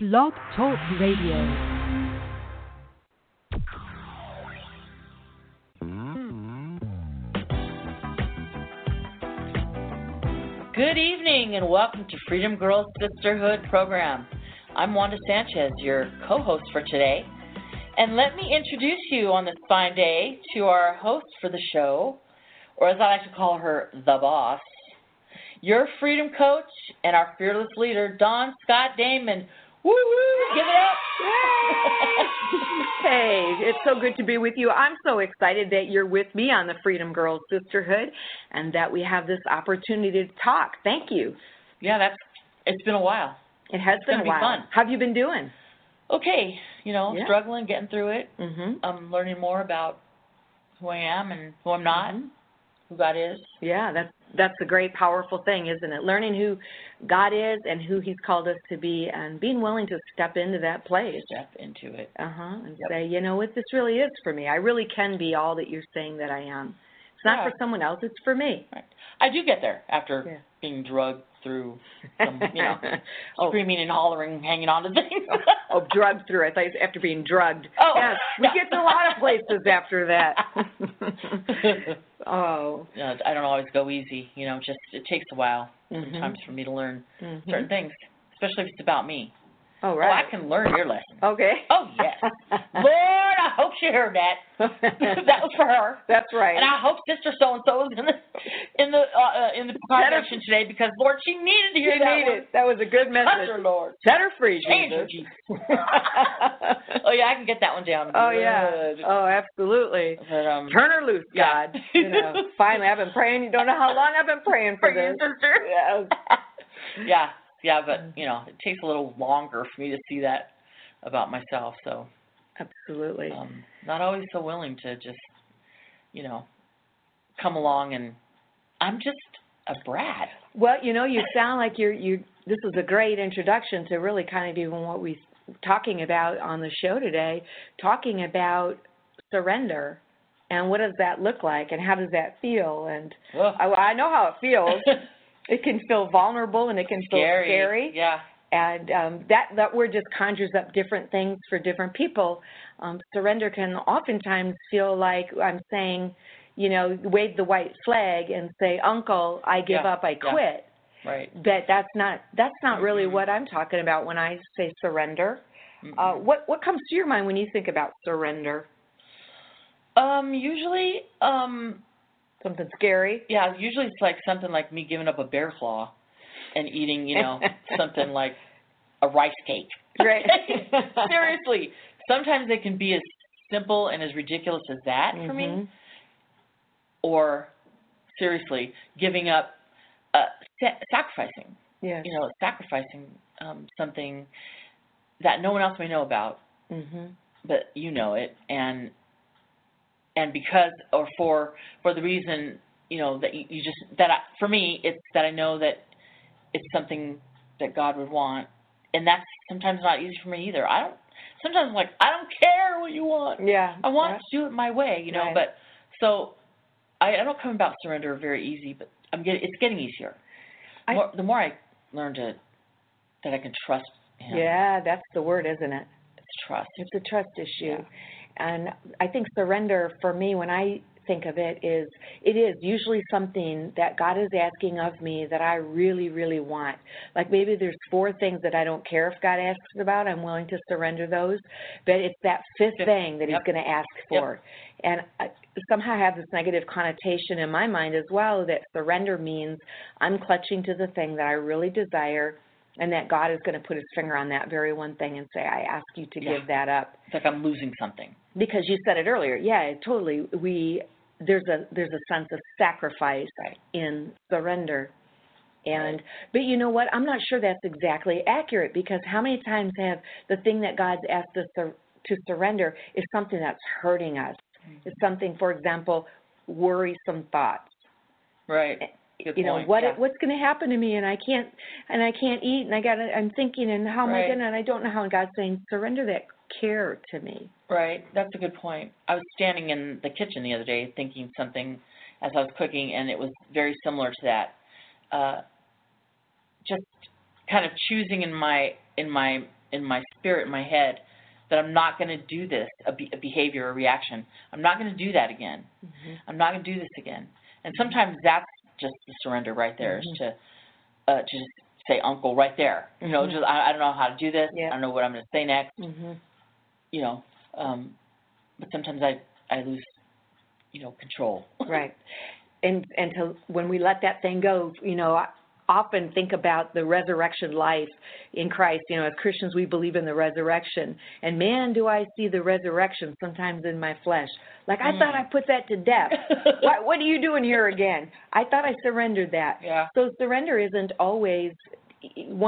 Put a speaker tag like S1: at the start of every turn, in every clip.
S1: Blog Talk Radio.
S2: Good evening and welcome to Freedom Girls Sisterhood program. I'm Wanda Sanchez, your co host for today. And let me introduce you on this fine day to our host for the show, or as I like to call her, the boss, your freedom coach and our fearless leader, Don Scott Damon. Woo woo! Give it up!
S3: Hey, it's so good to be with you. I'm so excited that you're with me on the Freedom Girls Sisterhood and that we have this opportunity to talk. Thank you.
S2: yeah, that's it's been a while.
S3: It has been
S2: gonna
S3: a
S2: be
S3: while.
S2: fun.
S3: How have you been doing?
S2: Okay, you know,
S3: Yeah.
S2: struggling, getting through it.
S3: Mm-hmm.
S2: I'm learning more about who I am and who I'm not, who God is.
S3: Yeah, that's that's a great powerful thing, isn't it? Learning who God is and who he's called us to be and being willing to step into that place.
S2: Step into it.
S3: Uh-huh. And
S2: Yep.
S3: say, you know what, this really is for me. I really can be all that you're saying that I am. It's not
S2: Yeah.
S3: for someone else, it's for me.
S2: I do get there after
S3: Yeah.
S2: being drugged through, some, you know,
S3: oh,
S2: screaming and hollering, hanging on to things.
S3: Oh, drugged through. I thought you said after being drugged.
S2: Oh.
S3: yes, we get to a lot of places after that. oh,
S2: You know, I don't always go easy. You know, just it takes a while
S3: Mhm.
S2: sometimes for me to learn
S3: Mhm.
S2: certain things, especially if it's about me.
S3: oh
S2: Oh, I
S3: right.
S2: can learn your lesson.
S3: Okay.
S2: Oh yes, Lord, I hope she heard that. that was for her.
S3: That's right.
S2: And I hope Sister So and So is in the in the uh, uh, in the congregation today because Lord, she needed to
S3: you
S2: hear that
S3: need
S2: word.
S3: it. That was a good
S2: Touch
S3: message.
S2: her, Lord.
S3: Set her free,
S2: Change her,
S3: Jesus.
S2: Jesus. oh yeah, I can get that one down.
S3: oh yeah.
S2: Good.
S3: Oh, absolutely.
S2: But um,
S3: Turn her loose,
S2: Yeah.
S3: God. You know, finally, I've been praying. You don't know how long I've been praying for
S2: for you,
S3: this.
S2: sister.
S3: Yes.
S2: yeah, yeah, but you know, it takes a little longer for me to see that about myself. So
S3: Absolutely.
S2: um, not always so willing to just, you know, come along and I'm just a brat.
S3: Well, you know, you sound like you're you. This is a great introduction to really kind of even what we're talking about on the show today, talking about surrender and what does that look like and how does that feel and
S2: Ugh.
S3: I, I know how it feels. it can feel vulnerable and it can feel
S2: scary.
S3: scary
S2: Yeah.
S3: and um, that that word just conjures up different things for different people. Um, surrender can oftentimes feel like I'm saying, you know, wave the white flag and say, "Uncle, I give
S2: Yeah,
S3: up, I
S2: yeah.
S3: quit."
S2: Right.
S3: But that's not that's not really
S2: Mhm.
S3: what I'm talking about when I say surrender. Uh,
S2: Mm-mm.
S3: what what comes to your mind when you think about surrender?
S2: um, usually, um,
S3: Something scary?
S2: yeah, usually it's like something like me giving up a bear claw and eating, you know, something like a rice cake.
S3: Right.
S2: Seriously, sometimes they can be as simple and as ridiculous as that for me,
S3: Mhm.
S2: or seriously, giving up, uh, sa- sacrificing.
S3: Yes.
S2: You know, sacrificing um, something that no one else may know about,
S3: Mhm.
S2: but you know it, and and because or for for the reason you know that you, you just that I, for me it's that I know that it's something that God would want, and that's sometimes not easy for me either. I don't sometimes I'm like I don't care what you want.
S3: Yeah.
S2: I want to do it my way, you know.
S3: Right.
S2: But so I, I don't come about surrender very easy, but I'm getting it's getting easier.
S3: I-
S2: more, the more I learn to that I can trust
S3: Yeah.
S2: him.
S3: yeah, that's the word, isn't it?
S2: It's trust.
S3: It's a trust issue.
S2: Yeah.
S3: And I think surrender for me when I think of it is it is usually something that God is asking of me that I really really want. Like maybe there's four things that I don't care if God asks about, I'm willing to surrender those, but it's that fifth
S2: Fifth.
S3: thing that
S2: Yep.
S3: he's going to ask
S2: Yep.
S3: for. And I somehow have this negative connotation in my mind as well that surrender means I'm clutching to the thing that I really desire and that God is going to put his finger on that very one thing and say I ask you to
S2: Yeah.
S3: give that up
S2: It's like I'm losing something.
S3: because you said it earlier yeah totally we there's a there's a sense of sacrifice
S2: Right.
S3: in surrender and but you know what i'm not sure that's exactly accurate because how many times have the thing that god's asked us to, to surrender is something that's hurting us
S2: Mm-hmm.
S3: it's something for example worrisome thoughts
S2: Right. Good
S3: you know
S2: point.
S3: what
S2: yeah.
S3: what's going to happen to me and i can't and i can't eat and i got i'm thinking and how am
S2: Right.
S3: i going to and i don't know how and god's saying surrender that care to me
S2: Right. That's a good point. I was standing in the kitchen the other day thinking something as I was cooking, and it was very similar to that. Uh, just kind of choosing in my in my in my spirit, in my head, that I'm not going to do this, a, be- a behavior, a reaction. I'm not going to do that again. I'm not going to do this again. And sometimes that's just the surrender right there, is
S3: Mhm.
S2: to, uh, to just say, Uncle, right there. You know,
S3: Mhm.
S2: just I, I don't know how to do this.
S3: Yeah.
S2: I don't know what I'm going to say next.
S3: hmm
S2: You know, um, but sometimes I I lose, you know, control.
S3: Right. And and to when we let that thing go, you know, I often think about the resurrection life in Christ. You know, as Christians, we believe in the resurrection. And man, do I see the resurrection sometimes in my flesh. Like I thought I put that to death. what what are you doing here again? I thought I surrendered that.
S2: Yeah,
S3: So surrender isn't always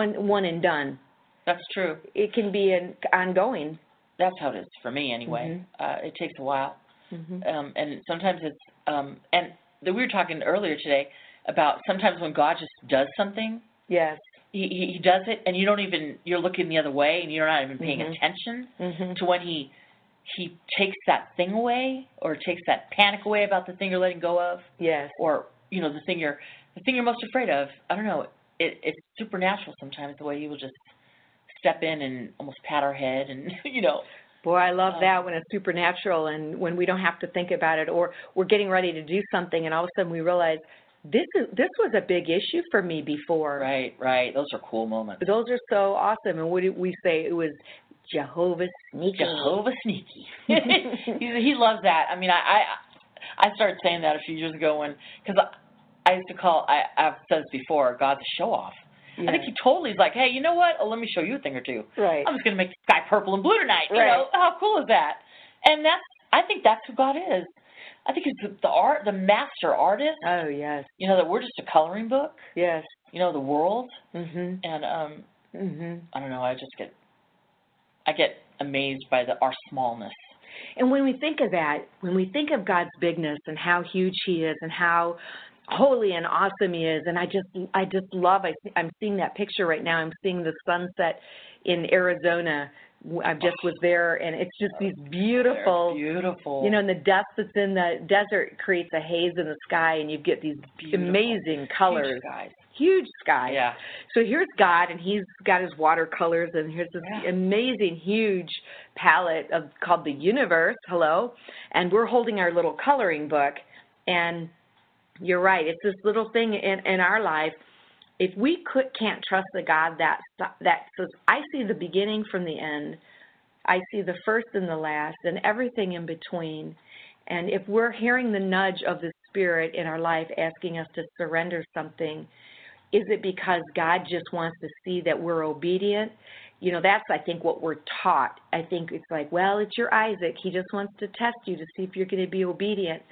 S3: one one and done.
S2: that's true.
S3: It can be an ongoing.
S2: That's how it is for me anyway. Uh, it takes a while.
S3: Mm-hmm.
S2: um, and sometimes it's um, and the, we were talking earlier today about sometimes when God just does something,
S3: Yes.
S2: he, he, he does it, and you don't even you're looking the other way, and you're not even paying
S3: Mhm.
S2: attention
S3: Mm-hmm.
S2: to when he he takes that thing away or takes that panic away about the thing you're letting go of,
S3: Yes.
S2: or you know the thing you're the thing you're most afraid of. I don't know. It, it's supernatural sometimes the way he will just step in and almost pat our head and you know
S3: Boy, I love
S2: Um,
S3: that when it's supernatural and when we don't have to think about it, or we're getting ready to do something and all of a sudden we realize this is this was a big issue for me before.
S2: right right those are cool moments.
S3: Those are so awesome. And what did we say? It was Jehovah's sneaky.
S2: Jehovah Sneaky. he, he loves that. I mean, I, I I started saying that a few years ago when because I, I used to call I, I've said this before God's a show off. I think um, he totally is like, hey, you know what? Oh, let me show you a thing or two.
S3: right.
S2: I'm just gonna make the sky purple and blue tonight. You
S3: Right.
S2: know how cool is that? And that's I think that's who God is. I think he's the, the art, the master artist.
S3: Oh yes,
S2: You know that we're just a coloring book.
S3: yes.
S2: You know the world,
S3: Mhm.
S2: and um,
S3: Mhm.
S2: I don't know. I just get I get amazed by the our smallness.
S3: And when we think of that, when we think of God's bigness and how huge He is and how holy and awesome He is, and I just, I just love. I, I'm seeing that picture right now. I'm seeing the sunset in Arizona. W- I just was there, and it's just these beautiful,
S2: They're beautiful.
S3: you know, and the dust that's in the desert creates a haze in the sky, and you get these
S2: Beautiful.
S3: amazing colors,
S2: Huge guys.
S3: huge sky.
S2: Yeah.
S3: So here's God, and He's got His watercolors, and here's this
S2: Yeah.
S3: amazing, huge palette of called the universe. Hello, and we're holding our little coloring book, and you're right. It's this little thing in in our life. If we could can't trust the God that that says, I see the beginning from the end, I see the first and the last, and everything in between. And if we're hearing the nudge of the Spirit in our life asking us to surrender something, is it because God just wants to see that we're obedient? You know, that's, I think, what we're taught. I think it's like, well, it's your Isaac. He just wants to test you to see if you're going to be obedient.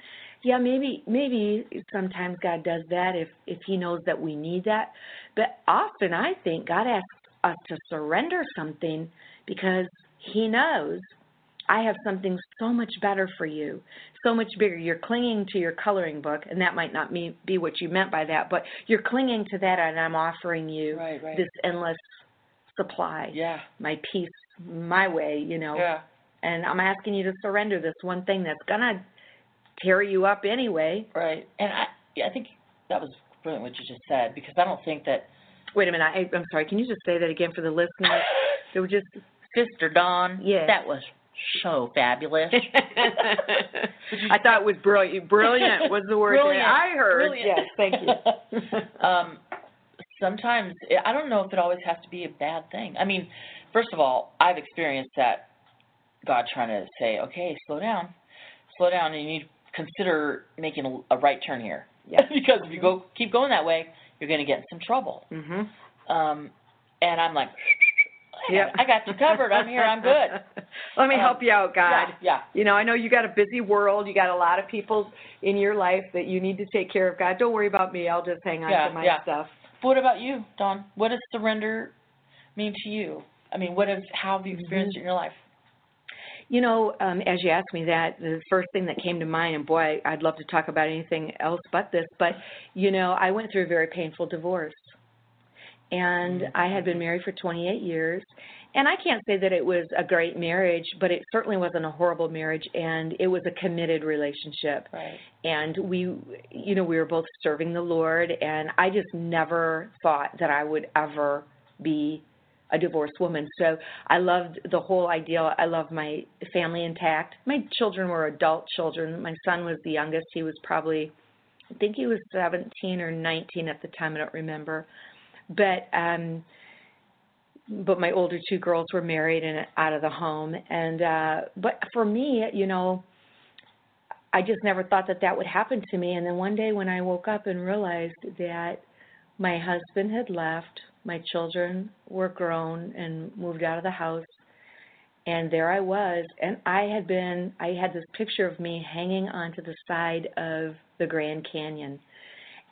S3: Yeah, maybe, maybe sometimes God does that if, if He knows that we need that. But often I think God asks us to surrender something because He knows I have something so much better for you, so much bigger. You're clinging to your coloring book, and that might not mean, be what you meant by that, but you're clinging to that, and I'm offering you
S2: Right, right.
S3: this endless supply,
S2: yeah.
S3: my peace, my way, you know.
S2: Yeah.
S3: And I'm asking you to surrender this one thing that's gonna tear you up anyway.
S2: Right. And I yeah, I think that was brilliant what you just said because I don't think that
S3: Wait a minute, I, I'm sorry. Can you just say that again for the listeners? They were just
S2: Sister Dawn,
S3: Yes.
S2: that was so fabulous.
S3: I thought it was brilliant. Brilliant was the word
S2: Brilliant.
S3: that I heard.
S2: Brilliant.
S3: Yes, thank you.
S2: um sometimes I don't know if it always has to be a bad thing. I mean, first of all, I've experienced that God trying to say, "Okay, slow down. Slow down and you need to consider making a, a right turn here."
S3: Yeah. Mm-hmm.
S2: because if you go keep going that way, you're going to get in some trouble.
S3: hmm
S2: Um, and I'm like,
S3: Yep.
S2: I got you covered. I'm here. I'm good.
S3: Let me
S2: Um,
S3: help you out, God.
S2: Yeah, yeah.
S3: You know, I know you got a busy world. You got a lot of people in your life that you need to take care of. God, don't worry about me. I'll just hang on
S2: Yeah,
S3: to my
S2: yeah.
S3: stuff.
S2: But what about you, Don? What does surrender mean to you? I mean, what have how have you experienced it in your life?
S3: You know, um, as you asked me that, the first thing that came to mind, and boy, I'd love to talk about anything else but this, but you know, I went through a very painful divorce. And I had been married for 28 years. And I can't say that it was a great marriage, but it certainly wasn't a horrible marriage. And it was a committed relationship.
S2: Right.
S3: and we you know we were both serving the lord and i just never thought that i would ever be a divorced woman. So I loved the whole idea. I loved my family intact. My children were adult children. My son was the youngest. He was probably, I think he was 17 or 19 at the time. I don't remember. But um, but my older two girls were married and out of the home. And uh, but for me, you know, I just never thought that that would happen to me. And then one day when I woke up and realized that my husband had left, my children were grown and moved out of the house, and there I was. And I had been, I had this picture of me hanging onto the side of the Grand Canyon.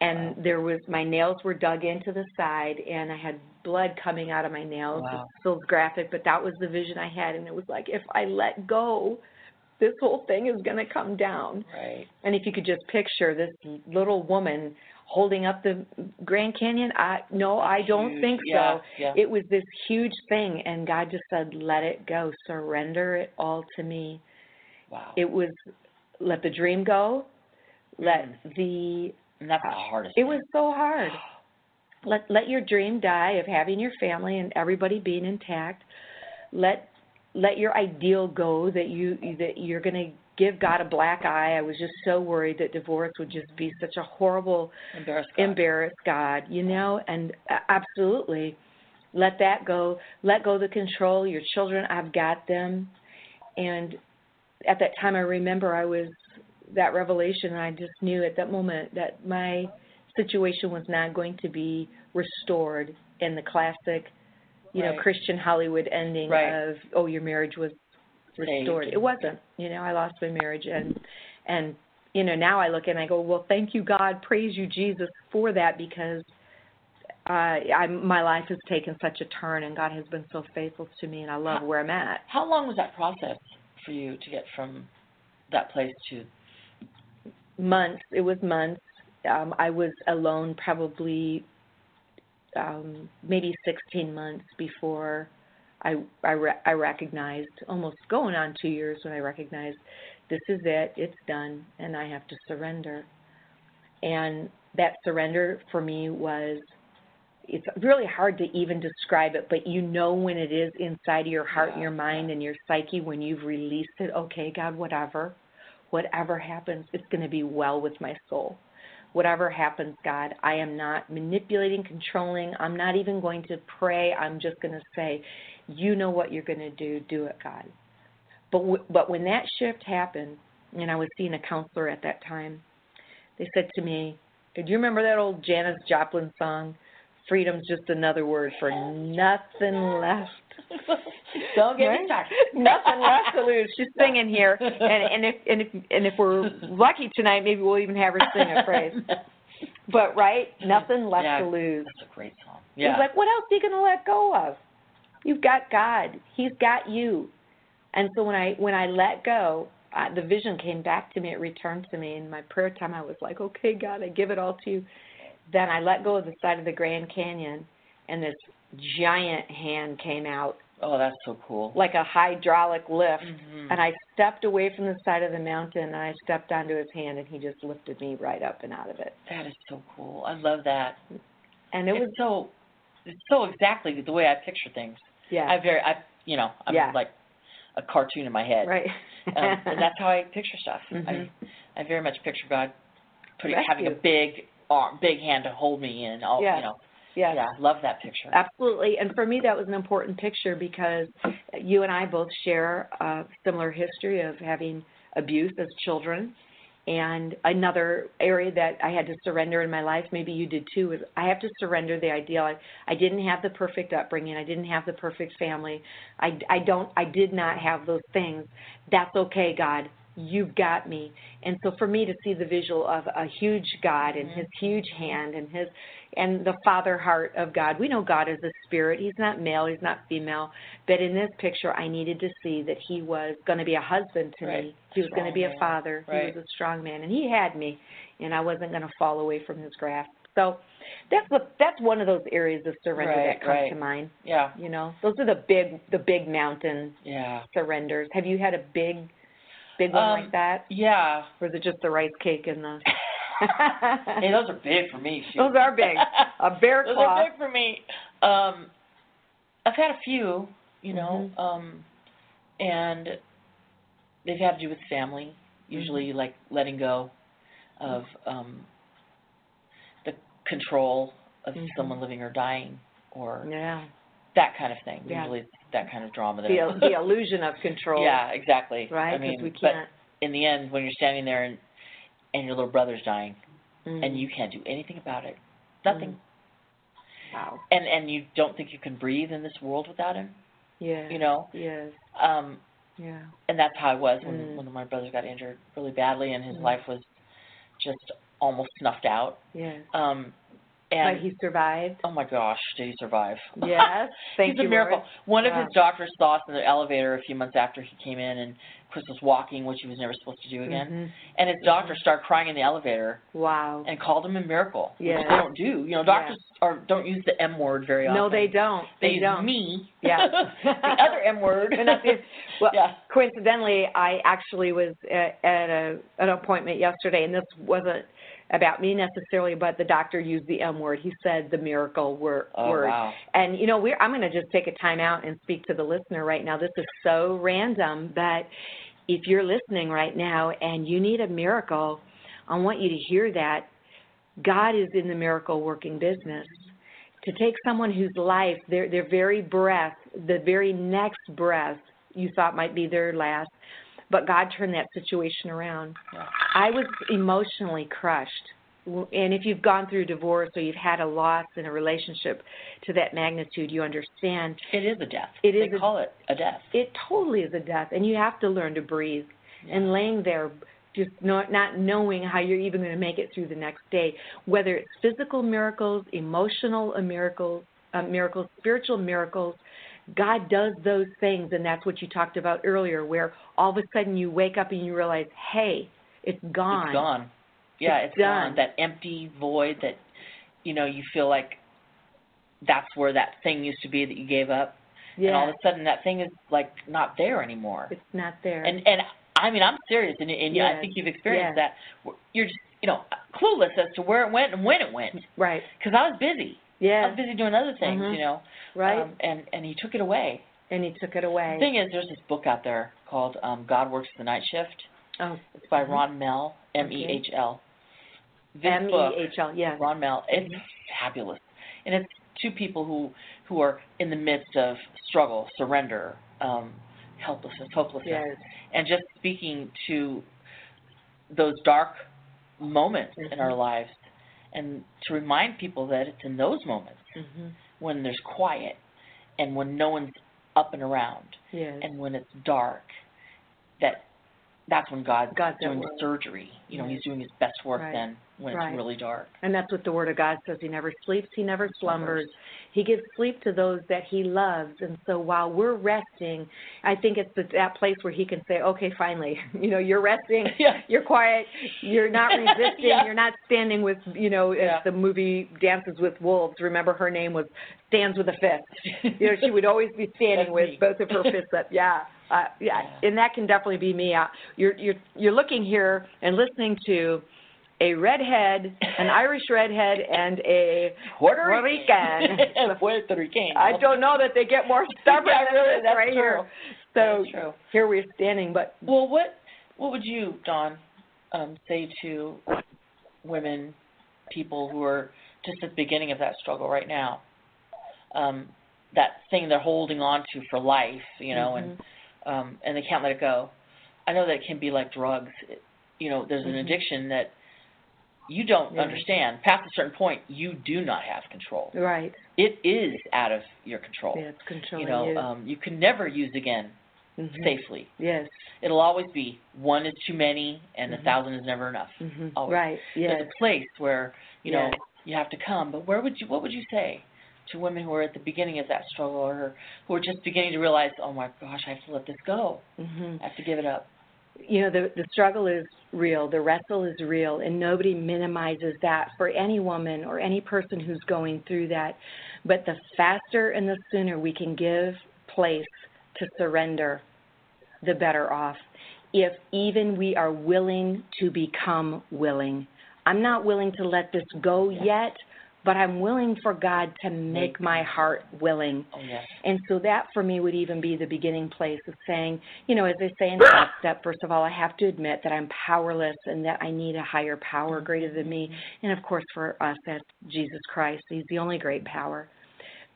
S3: And there was, my nails were dug into the side, and I had blood coming out of my nails.
S2: Wow.
S3: It feels graphic, but that was the vision I had. And it was like, if I let go, this whole thing is going to come down.
S2: Right.
S3: And if you could just picture this little woman holding up the Grand Canyon, I no, I don't
S2: Huge.
S3: think
S2: Yeah,
S3: so.
S2: yeah.
S3: It was this huge thing and God just said, "Let it go. Surrender it all to me."
S2: wow.
S3: It was let the dream go. Let
S2: Mm.
S3: the
S2: and that's the hardest.
S3: it was so hard. Let let your dream die of having your family and everybody being intact. Let let your ideal go that you that you're going to give God a black eye. I was just so worried that divorce would just be such a horrible
S2: embarrassing.
S3: embarrass God, you know, and uh, absolutely let that go. Let go the control. Your children, I've got them. And at that time, I remember I was that revelation, and I just knew at that moment that my situation was not going to be restored in the classic, you
S2: Right.
S3: know, Christian Hollywood ending
S2: Right.
S3: of oh, your marriage was restored.
S2: Saved.
S3: It wasn't. You know, I lost my marriage and and you know, now I look and I go, well, thank you God, praise you Jesus for that because uh I my life has taken such a turn and God has been so faithful to me and I love where I'm at.
S2: How long was that process for you to get from that place to?
S3: Months, it was months. Um I was alone probably um maybe 16 months before I I re- I recognized almost going on 2 years when I recognized this is it, it's done and I have to surrender. and that surrender for me was it's really hard to even describe it but you know when it is inside of your heart and your mind and your psyche when you've released it okay god whatever whatever happens it's going to be well with my soul whatever happens god i am not manipulating controlling i'm not even going to pray i'm just going to say you know what you're going to do do it god but w- but when that shift happened and i was seeing a counselor at that time they said to me, Do you remember that old Janis Joplin song? Freedom's just another word for nothing left.
S2: Don't get
S3: Right?
S2: me started.
S3: nothing left to lose. She's singing here, and and if and if and if we're lucky tonight, maybe we'll even have her sing a phrase.
S2: That's
S3: But right, nothing left
S2: Yeah.
S3: to lose.
S2: a great song.
S3: He's
S2: Yeah.
S3: like, what else are you gonna let go of? You've got God. He's got you. And so when I when I let go, uh, the vision came back to me. It returned to me in my prayer time. I was like, okay, God, I give it all to you. Then I let go of the side of the Grand Canyon, and this giant hand came out
S2: Oh, that's so cool.
S3: like a hydraulic lift.
S2: Mhm.
S3: And I stepped away from the side of the mountain, and I stepped onto his hand, and he just lifted me right up and out of it.
S2: That is so cool. I love that.
S3: And it was
S2: it's so it's so exactly the way I picture things.
S3: yeah,
S2: I very I you know, I'm
S3: Yeah.
S2: like a cartoon in my head.
S3: right.
S2: Um, and that's how I picture stuff.
S3: Mhm.
S2: I I very much picture God putting having a
S3: Rescue.
S2: big arm big hand to hold me in and all
S3: Yeah.
S2: you know.
S3: yeah.
S2: Yeah, I love that picture.
S3: Absolutely. And for me, that was an important picture because you and I both share a similar history of having abuse as children. And another area that I had to surrender in my life, maybe you did too, is I have to surrender the ideal. I, I didn't have the perfect upbringing. I didn't have the perfect family. I, I don't, I did not have those things. That's okay, God. You've got me. And so for me to see the visual of a huge God and his huge hand and his, and the father heart of God. We know God is a spirit. He's not male, he's not female. But in this picture, I needed to see that he was going to be a husband to
S2: Right.
S3: me. He was going to be a
S2: Strong man.
S3: father.
S2: Right.
S3: He was a strong man, and he had me, and I wasn't going to fall away from his grasp. So that's what that's one of those areas of surrender
S2: Right,
S3: that comes
S2: right.
S3: to mind.
S2: Yeah.
S3: You know, those are the big the big mountain
S2: Yeah.
S3: surrenders. Have you had a big big one
S2: Um,
S3: like that,
S2: Yeah.
S3: or is it just the rice cake and the?
S2: hey, those are big for me. shoot.
S3: those are big. A bear
S2: Those
S3: claw.
S2: are big for me. Um, I've had a few, you know,
S3: Mm-hmm.
S2: um, and they've had to do with family, usually
S3: Mm-hmm.
S2: like letting go of um, the control of
S3: Mhm.
S2: someone living or dying or
S3: Yeah.
S2: that kind of thing.
S3: Yeah.
S2: Usually it's that kind of drama that
S3: The, the illusion of control.
S2: Yeah, exactly.
S3: Right?
S2: I
S3: Because
S2: mean,
S3: we
S2: but
S3: can't.
S2: in the end, when you're standing there and and your little brother's dying
S3: mm,
S2: and you can't do anything about it, nothing,
S3: Mm. Wow.
S2: and and you don't think you can breathe in this world without him,
S3: Yeah.
S2: you know,
S3: Yes.
S2: um,
S3: Yeah.
S2: and that's how I was when
S3: Mm.
S2: when my brother got injured really badly and his
S3: Mm.
S2: life was just almost snuffed out.
S3: Yes.
S2: Um,
S3: But
S2: and
S3: he survived.
S2: oh my gosh, did he survive?
S3: Yes. Thank
S2: He's
S3: you.
S2: a miracle.
S3: Lord.
S2: One of
S3: Wow.
S2: his doctors saw us in the elevator a few months after he came in, and Chris was walking, which he was never supposed to do again.
S3: Mhm.
S2: And his doctor started crying in the elevator
S3: Wow.
S2: and called him a miracle,
S3: Yeah.
S2: which they don't do. You know, doctors are, don't use the M word very often.
S3: No, they don't.
S2: They,
S3: They,
S2: use
S3: don't.
S2: me.
S3: Yeah.
S2: the other M word.
S3: They're not the- well,
S2: yeah.
S3: coincidentally, I actually was at, at a, an appointment yesterday, and this wasn't about me necessarily, but the doctor used the M word. He said the miracle wor-
S2: Oh,
S3: word.
S2: wow.
S3: And you know, we're I'm going to just take a time out and speak to the listener right now. This is so random, but if you're listening right now and you need a miracle, I want you to hear that God is in the miracle working business. To take someone whose life, their their very breath, the very next breath you thought might be their last, but God turned that situation around.
S2: Yeah.
S3: I was emotionally crushed. W- And if you've gone through divorce or you've had a loss in a relationship to that magnitude, you understand
S2: It is a death.
S3: It
S2: they
S3: is a-
S2: call it a death.
S3: it totally is a death, and you have to learn to breathe. And laying there, just not, not knowing how you're even going to make it through the next day, whether it's physical miracles, emotional miracles, uh, miracles, spiritual miracles, God does those things, and that's what you talked about earlier, where all of a sudden you wake up and you realize, hey, it's gone.
S2: It's gone. Yeah,
S3: It's
S2: it's
S3: done.
S2: gone. That empty void that you know you feel like that's where that thing used to be that you gave up,
S3: Yeah,
S2: and all of a sudden that thing is like not there anymore.
S3: it's not there.
S2: And and I mean I'm serious, and and I
S3: Yes.
S2: think you've experienced
S3: Yes.
S2: that. You're just you know clueless as to where it went and when it went
S3: right.
S2: because I was busy. I
S3: Yeah.
S2: was busy doing other things,
S3: Mhm.
S2: you know.
S3: Right.
S2: Um, and and he took it away.
S3: and he took it away.
S2: The thing is, there's this book out there called um, God Works the Night Shift.
S3: oh,
S2: It's by
S3: Mhm.
S2: Ron Mell, M E H L. This
S3: M
S2: book,
S3: E H L. Mm-hmm. Yes.
S2: Ron Mell, it's fabulous, and it's two people who who are in the midst of struggle, surrender, um, helplessness, hopelessness,
S3: Yes.
S2: and just speaking to those dark moments in our
S3: Mhm.
S2: lives, and to remind people that it's in those moments
S3: hmm
S2: when there's quiet, and when no one's up and around,
S3: Yes.
S2: and when it's dark that that's when God's,
S3: God's at
S2: doing
S3: work.
S2: surgery. You know,
S3: Yes.
S2: he's doing his best work
S3: Right.
S2: then when
S3: Right.
S2: it's really dark.
S3: And that's what the Word of God says. He never sleeps, He never slumbers. He gives sleep to those that He loves. And so while we're resting, I think it's that- that place where He can say, okay, finally, you know, you're resting,
S2: Yeah.
S3: you're quiet, you're not resisting,
S2: Yeah.
S3: you're not standing with, you know, as
S2: Yeah.
S3: the movie Dances with Wolves, remember her name was Stands with a Fist. You know, she would always be
S2: That's
S3: standing with
S2: me.
S3: both of her fists up. Yeah. Uh, yeah,
S2: Yeah.
S3: and that can definitely be me. Uh, you're you're you're looking here and listening to a redhead, an Irish redhead, and a
S2: Puerto,
S3: Puerto Rican.
S2: Puerto Rican.
S3: I don't know that they get more stubborn
S2: Yeah,
S3: than
S2: really,
S3: this
S2: that's
S3: right
S2: true.
S3: here. So
S2: That's true.
S3: here we're standing, but
S2: Well, what what would you, Don, um, say to women, people who are just at the beginning of that struggle right now? Um, that thing they're holding on to for life, you know, and
S3: Mm-hmm.
S2: um, and they can't let it go. I know that it can be like drugs. It, you know, there's
S3: Mhm.
S2: an addiction that you don't
S3: Yeah.
S2: understand. Past a certain point, you do not have control.
S3: Mm-hmm. right,
S2: It is out of your control.
S3: yeah, it's controlling
S2: you know, um, you can never use again
S3: Mhm.
S2: safely.
S3: Yes,
S2: It'll always be one is too many, and
S3: Mhm.
S2: a thousand is never enough.
S3: Mhm.
S2: always.
S3: right, yes,
S2: There's a place where you know
S3: Yes.
S2: you have to come. But where would you? What would you say to women who are at the beginning of that struggle, or who are just beginning to realize, oh my gosh, I have to let this go.
S3: hmm
S2: I have to give it up.
S3: you know the the struggle is real the wrestle is real and nobody minimizes that for any woman or any person who's going through that but the faster and the sooner we can give place to surrender the better off if even we are willing to become willing i'm not willing to let this go
S2: Yeah.
S3: yet but I'm willing for God to make my heart willing.
S2: Oh, yes.
S3: And so that for me would even be the beginning place of saying, you know, as I say in Top Step, first of all, I have to admit that I'm powerless and that I need a higher power greater than me. And of course, for us, that's Jesus Christ. He's the only great power.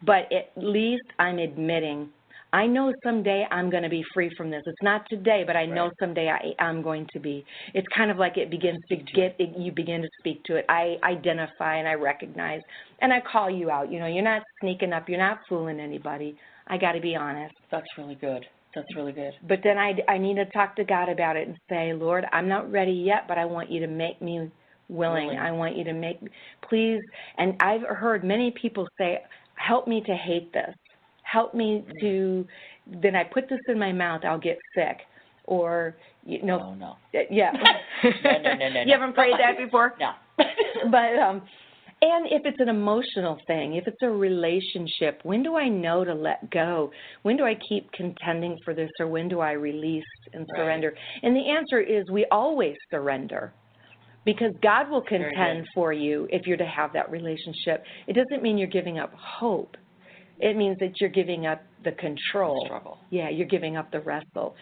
S3: But at least I'm admitting. I know someday I'm going to be free from this. It's not today, but I know
S2: Right.
S3: someday I, I'm going to be. It's kind of like it begins to get it, you begin to speak to it. I identify and I recognize, and I call you out. You know, you're not sneaking up, you're not fooling anybody. I got to be honest.
S2: That's really good. That's really good.
S3: But then I I need to talk to God about it and say, Lord, I'm not ready yet, but I want you to make me willing.
S2: Willing.
S3: I want you to make please. And I've heard many people say, help me to hate this. Help me
S2: Mm.
S3: to. Then I put this in my mouth, I'll get sick. Or you know,
S2: Oh, no.
S3: yeah.
S2: No, no, no, no,
S3: you haven't prayed that before
S2: No.
S3: but um and if it's an emotional thing, if it's a relationship, when do I know to let go? When do I keep contending for this or when do I release and
S2: Right.
S3: surrender? And the answer is we always surrender. Because God will
S2: Very good.
S3: contend for you if you're to have that relationship. It doesn't mean you're giving up hope. It means that you're giving up the control.
S2: Struggle.
S3: Yeah, you're giving up the wrestle.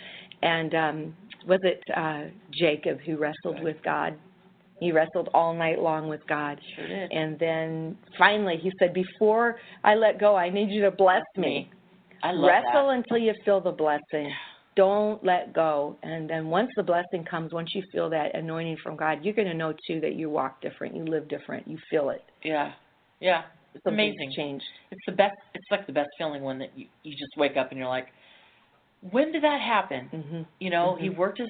S3: And um was it uh Jacob who wrestled
S2: Right.
S3: with God? He wrestled all night long with God.
S2: Sure did.
S3: And then finally he said, Before I let go, I need you to bless me.
S2: I love
S3: Wrestle
S2: that.
S3: until you feel the blessing. Don't let go. And then once the blessing comes, once you feel that anointing from God, you're going to know too that you walk different, you live different, you feel it.
S2: Yeah. Yeah. It's
S3: Something's
S2: amazing.
S3: changed.
S2: It's the best. It's like the best feeling when that you, you just wake up and you're like, when did that happen?
S3: hmm
S2: You know, he worked his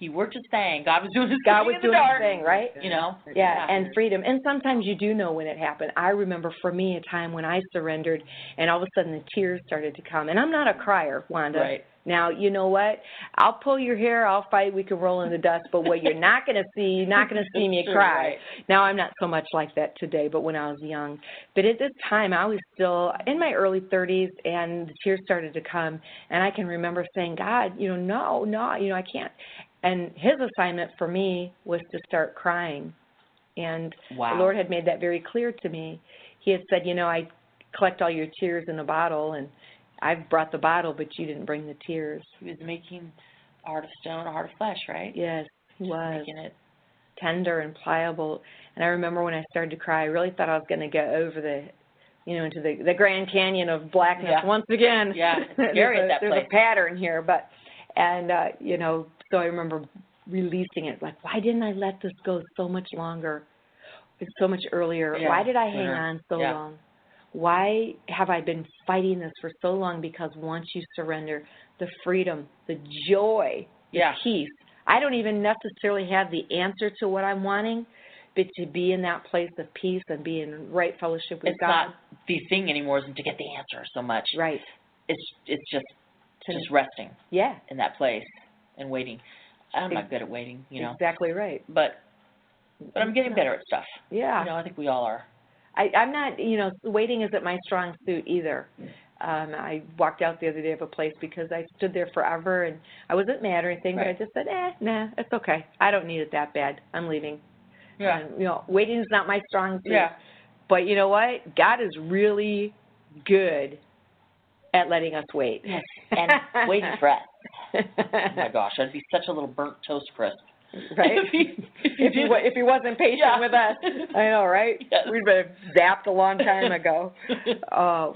S2: he worked his thing. God was doing his
S3: God
S2: thing
S3: was
S2: in the
S3: doing his
S2: dark.
S3: thing, right?
S2: You know.
S3: yeah, and freedom. And sometimes you do know when it happened. I remember for me a time when I surrendered, and all of a sudden the tears started to come. And I'm not a crier, Wanda.
S2: Right.
S3: Now you know what? I'll pull your hair. I'll fight. We can roll in the dust. But what you're not going to see, you're not going to see me
S2: Sure,
S3: cry.
S2: right.
S3: Now I'm not so much like that today, but when I was young. But at this time, I was still in my early 30s, and the tears started to come. And I can remember saying, "God, you know, no, no, you know, I can't." And His assignment for me was to start crying. And
S2: Wow.
S3: the Lord had made that very clear to me. He had said, You know, I collect all your tears in a bottle, and I've brought the bottle, but you didn't bring the tears.
S2: He was making a heart of stone, a heart of flesh, right?
S3: Yes, He was
S2: Making it.
S3: tender and pliable. And I remember when I started to cry, I really thought I was going to go over the, you know, into the the Grand Canyon of blackness
S2: Yeah.
S3: once again.
S2: Yeah, it's
S3: There's
S2: scary at
S3: a-
S2: that
S3: There's
S2: place.
S3: a pattern here, but and uh, you know, so I remember releasing it. Like, why didn't I let this go so much longer, so much earlier?
S2: Yeah,
S3: why did I
S2: sooner.
S3: hang on so
S2: Yeah.
S3: long? Why have I been fighting this for so long? Because once you surrender, the freedom, the joy
S2: Yeah.
S3: peace. I don't even necessarily have the answer to what I'm wanting, but to be in that place of peace and be in right fellowship with
S2: It's
S3: God.
S2: not the thing anymore isn't to get the answer so much.
S3: right.
S2: It's it's just
S3: To-
S2: just resting
S3: yeah.
S2: in that place and waiting. I'm not good at waiting, you know.
S3: Exactly right.
S2: But but I'm getting better at stuff.
S3: Yeah.
S2: You know, I think we all are.
S3: I, I'm not, you know, waiting isn't my strong suit either. Um, I walked out the other day of a place because I stood there forever and I wasn't mad or anything, but I
S2: Right.
S3: just said, eh, nah, it's okay. I don't need it that bad. I'm leaving.
S2: Yeah.
S3: And, you know, waiting is not my strong suit.
S2: Yeah.
S3: But you know what? God is really good at letting us wait.
S2: Yes. And waiting for us. Oh my
S3: right?
S2: gosh, I'd be such a little burnt toast crisp. If
S3: if
S2: he,
S3: he wa- if he wasn't patient
S2: Yeah.
S3: with us, I know, right?
S2: Yes.
S3: We'd been zapped a long time ago. Oh,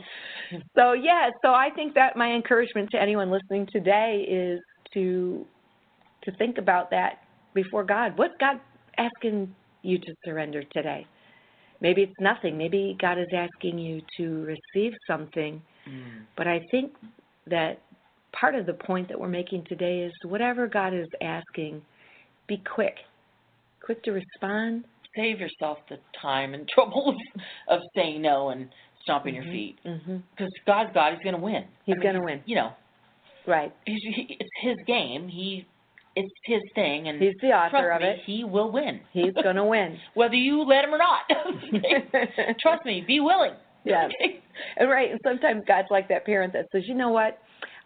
S3: so yeah. So I think that my encouragement to anyone listening today is to to think about that before God. What's God asking you to surrender today? Maybe it's nothing. Maybe God is asking you to receive something
S2: Mm,
S3: but I think that part of the point that we're making today is whatever God is asking, be quick. Quick to respond.
S2: Save yourself the time and trouble of, of saying no and stomping your feet.
S3: hmm
S2: Because God's God, He's going to win.
S3: He's
S2: I mean,
S3: going to win. Mm-hmm.
S2: You know,
S3: Right.
S2: he's, he, it's His game. He, it's His thing, and
S3: He's the author
S2: trust
S3: of
S2: me,
S3: it.
S2: He will win.
S3: He's going to win.
S2: whether you let Him or not. trust me, be willing.
S3: Yes. And right. And sometimes God's like that parent that says, you know what?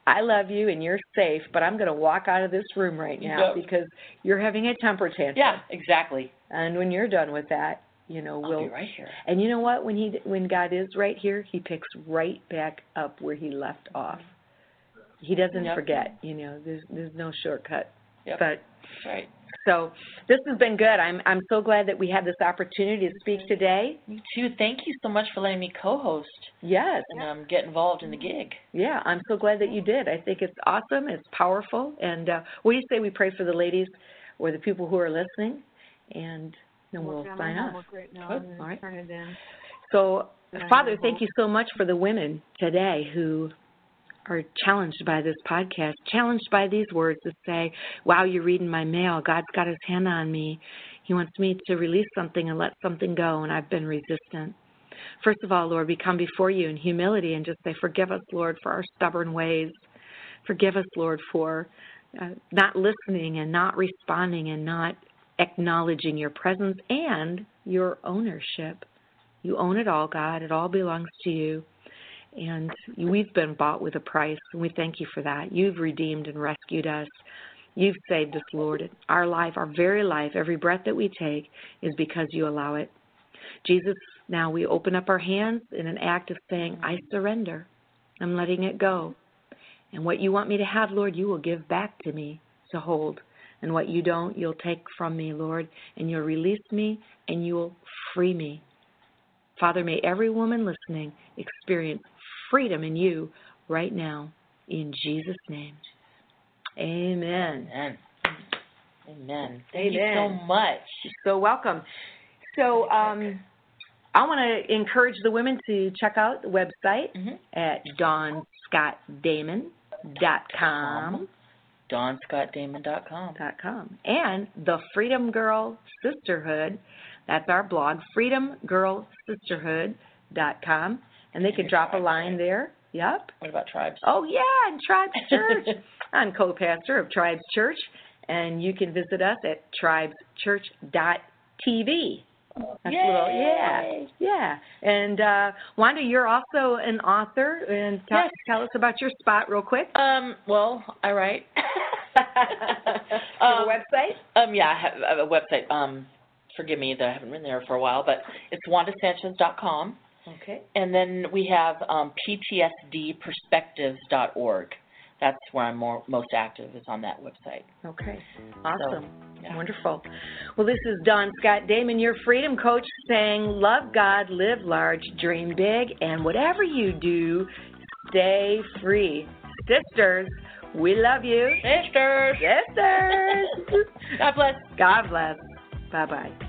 S3: I love you and you're safe, but I'm going to walk out of this room right now
S2: Yeah.
S3: because you're having a temper tantrum.
S2: yeah, exactly.
S3: And when you're done with that, you know,
S2: I'll
S3: will
S2: be right here.
S3: and you know what? When he when God is right here, He picks right back up where He left off. He doesn't
S2: Yep.
S3: forget. You know, there's there's no shortcut.
S2: Yep.
S3: But
S2: Right.
S3: so this has been good. I'm I'm so glad that we had this opportunity to speak today.
S2: Me too. Thank you so much for letting me co-host
S3: Yes.
S2: and um, get involved in the
S3: Mm-hmm.
S2: gig.
S3: Yeah, I'm so glad that you did. I think it's awesome. It's powerful. And uh, what do you say we pray for the ladies or the people who are listening, and then we'll
S4: working on my
S3: sign off.
S4: homework right now.
S2: Good.
S4: I'm gonna
S3: All right.
S4: turn it in.
S3: So,
S4: Yeah,
S3: Father,
S4: you're
S3: thank you so much for the women today who are challenged by this podcast, challenged by these words to say, Wow, you're reading my mail. God's got his hand on me. He wants me to release something and let something go, and I've been resistant. First of all, Lord, we come before you in humility and just say, Forgive us, Lord, for our stubborn ways. Forgive us, Lord, for uh, not listening and not responding and not acknowledging your presence and your ownership. You own it all, God. It all belongs to you. And we've been bought with a price, and we thank you for that. You've redeemed and rescued us. You've saved us, Lord. Our life, our very life, every breath that we take is because you allow it. Jesus, now we open up our hands in an act of saying, I surrender. I'm letting it go. And what you want me to have, Lord, you will give back to me to hold. And what you don't, you'll take from me, Lord, and you'll release me and you'll free me. Father, may every woman listening experience freedom in you right now. In Jesus' name. Amen.
S2: Amen. Amen. Thank you so
S3: Amen.
S2: much.
S3: So welcome. So um, I want to encourage the women to check out the website
S2: Mhm.
S3: at dawnscottdamon.com
S2: DawnScottDamon.com.
S3: dot com and the Freedom Girl Sisterhood. That's our blog, freedomgirlsisterhood.com, and they
S2: And
S3: could
S2: your
S3: drop a
S2: tribe,
S3: line
S2: right?
S3: there. Yep.
S2: What about tribes?
S3: Oh yeah, and Tribes Church. I'm co-pastor of Tribes Church, and you can visit us at tribeschurch.tv. That's a little, yeah,
S2: Yay.
S3: yeah. And uh, Wanda, you're also an author, and tell,
S2: Yes.
S3: tell us about your spot real quick.
S2: Um, well, I write.
S3: Your
S2: Um,
S3: website.
S2: Um, yeah, I have, I have a website. Um, forgive me that I haven't been there for a while, but it's WandaSanchez.com,
S3: Okay.
S2: and then we have um, PTSDPerspectives.org. That's where I'm more, most active is on that website.
S3: Okay. Awesome.
S2: yeah.
S3: Wonderful. Well, this is Don Scott Damon, your freedom coach, saying, Love God, live large, dream big, and whatever you do, stay free. Sisters, we love you.
S2: Sisters,
S3: Sisters.
S2: God bless.
S3: God bless. Bye bye.